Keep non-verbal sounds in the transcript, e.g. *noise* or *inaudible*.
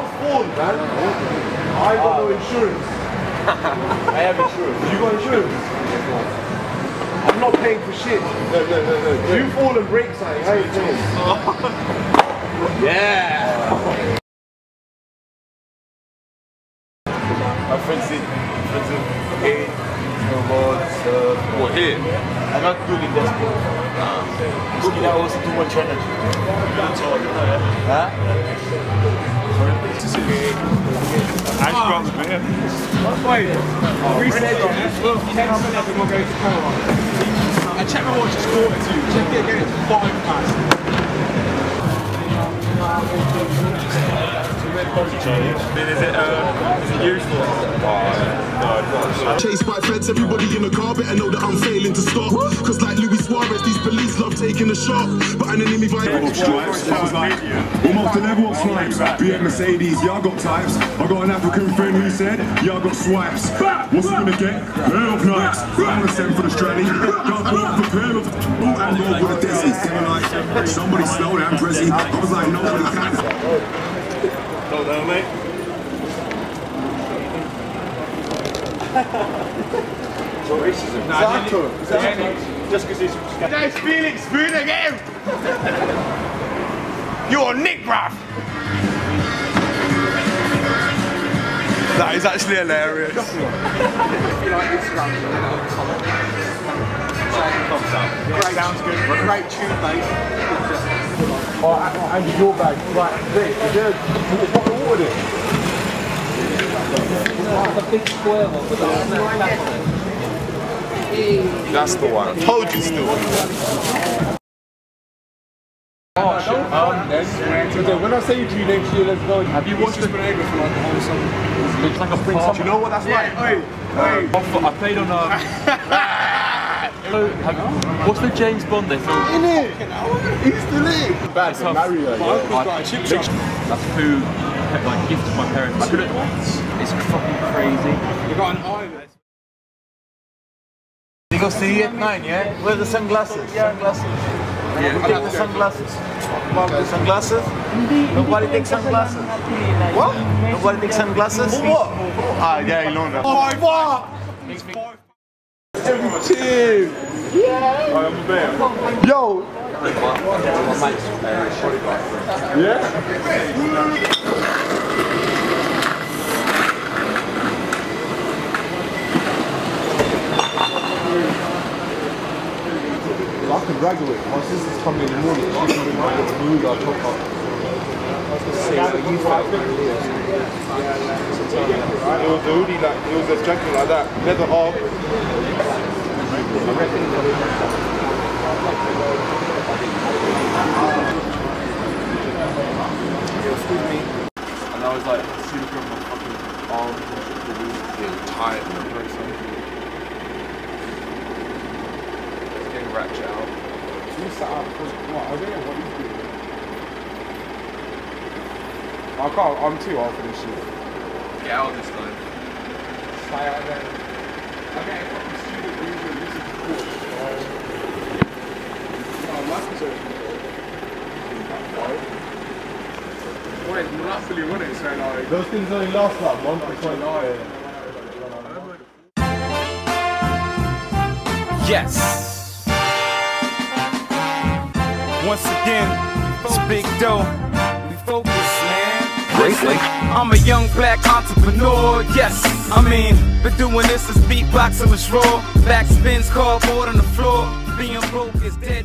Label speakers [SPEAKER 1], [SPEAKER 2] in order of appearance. [SPEAKER 1] man. I got no
[SPEAKER 2] *laughs*
[SPEAKER 1] insurance.
[SPEAKER 3] I have insurance.
[SPEAKER 1] You got insurance? I'm not paying for shit.
[SPEAKER 3] No, no, no, no.
[SPEAKER 1] If you fall and break something, how you paying?
[SPEAKER 3] Yeah. My friend said, friend said, hey, snowboard, surf.
[SPEAKER 4] What, here?
[SPEAKER 3] I'm not good in that sport. Nah. that was too much energy. Huh?
[SPEAKER 4] Ashcroft, man.
[SPEAKER 2] I check my watch, it's quarter to. Check it again, it's five past.
[SPEAKER 4] Then is it, uh, is it useful? Oh, no, it's
[SPEAKER 5] Chased by feds, everybody in the car better know that I'm failing to stop. Cause like Luis Suarez, these police love taking a shot. But an enemy violence.
[SPEAKER 6] stripes. I was like, almost to level up swipes. BM Mercedes, y'all got types. I got an African friend who said, y'all got swipes. What's he gonna get? Pair of knives. I'm gonna send for the strally. Y'all bought a pair of and roll with a desi. They were like, somebody slow down, Prezi. I was like, no, I can't.
[SPEAKER 4] Hold on, mate.
[SPEAKER 1] Exactly.
[SPEAKER 3] Just because he's
[SPEAKER 2] Nice Felix Spoon again! You're Nick, bruv!
[SPEAKER 4] That is actually hilarious.
[SPEAKER 2] Sounds good. Great tune, mate.
[SPEAKER 1] Oh, and and your bag, right there. Is there a bottle of water there?
[SPEAKER 4] That's the one. Told you still.
[SPEAKER 1] Um, okay, when I say you two names, she let's go. Have you watched the Do you know what that's like?
[SPEAKER 3] I played on.
[SPEAKER 1] *laughs*
[SPEAKER 3] Um, have, what's the James Bond they film?
[SPEAKER 1] In it! He's the league! Bad
[SPEAKER 3] That's how-
[SPEAKER 1] Mario.
[SPEAKER 3] my
[SPEAKER 1] yeah.
[SPEAKER 3] uncle's got a chip shop. That's who like gifted my parents. I couldn't. It's fucking crazy.
[SPEAKER 2] We've got an eye.
[SPEAKER 3] He goes to E9, yeah? Where's the sunglasses? Sunglasses. Yeah, I the sunglasses. The sunglasses? Nobody takes sunglasses. What? Nobody takes sunglasses? What? Ah, yeah, you know that. Oh my god!
[SPEAKER 1] Yo! Yeah? I can graduate. My sister's coming in the morning. She's going to be new guy top up. It was the hoodie like it was a jacket like that, leather half.
[SPEAKER 3] And I was like, super on my fucking arm, the tired, like something. Getting ratchet out.
[SPEAKER 1] I can't, I'm too old for this shit.
[SPEAKER 3] Get out of this guy.
[SPEAKER 2] Wait, Monopoly won it, so like.
[SPEAKER 1] Those things only last like one or two hours.
[SPEAKER 7] Yes. Once again, it's Big Doe. We focus, man. Greatly. I'm a young black entrepreneur, yes. I mean, been doing this since beatboxing was raw. Backspins, cardboard on the floor. Being broke is dead.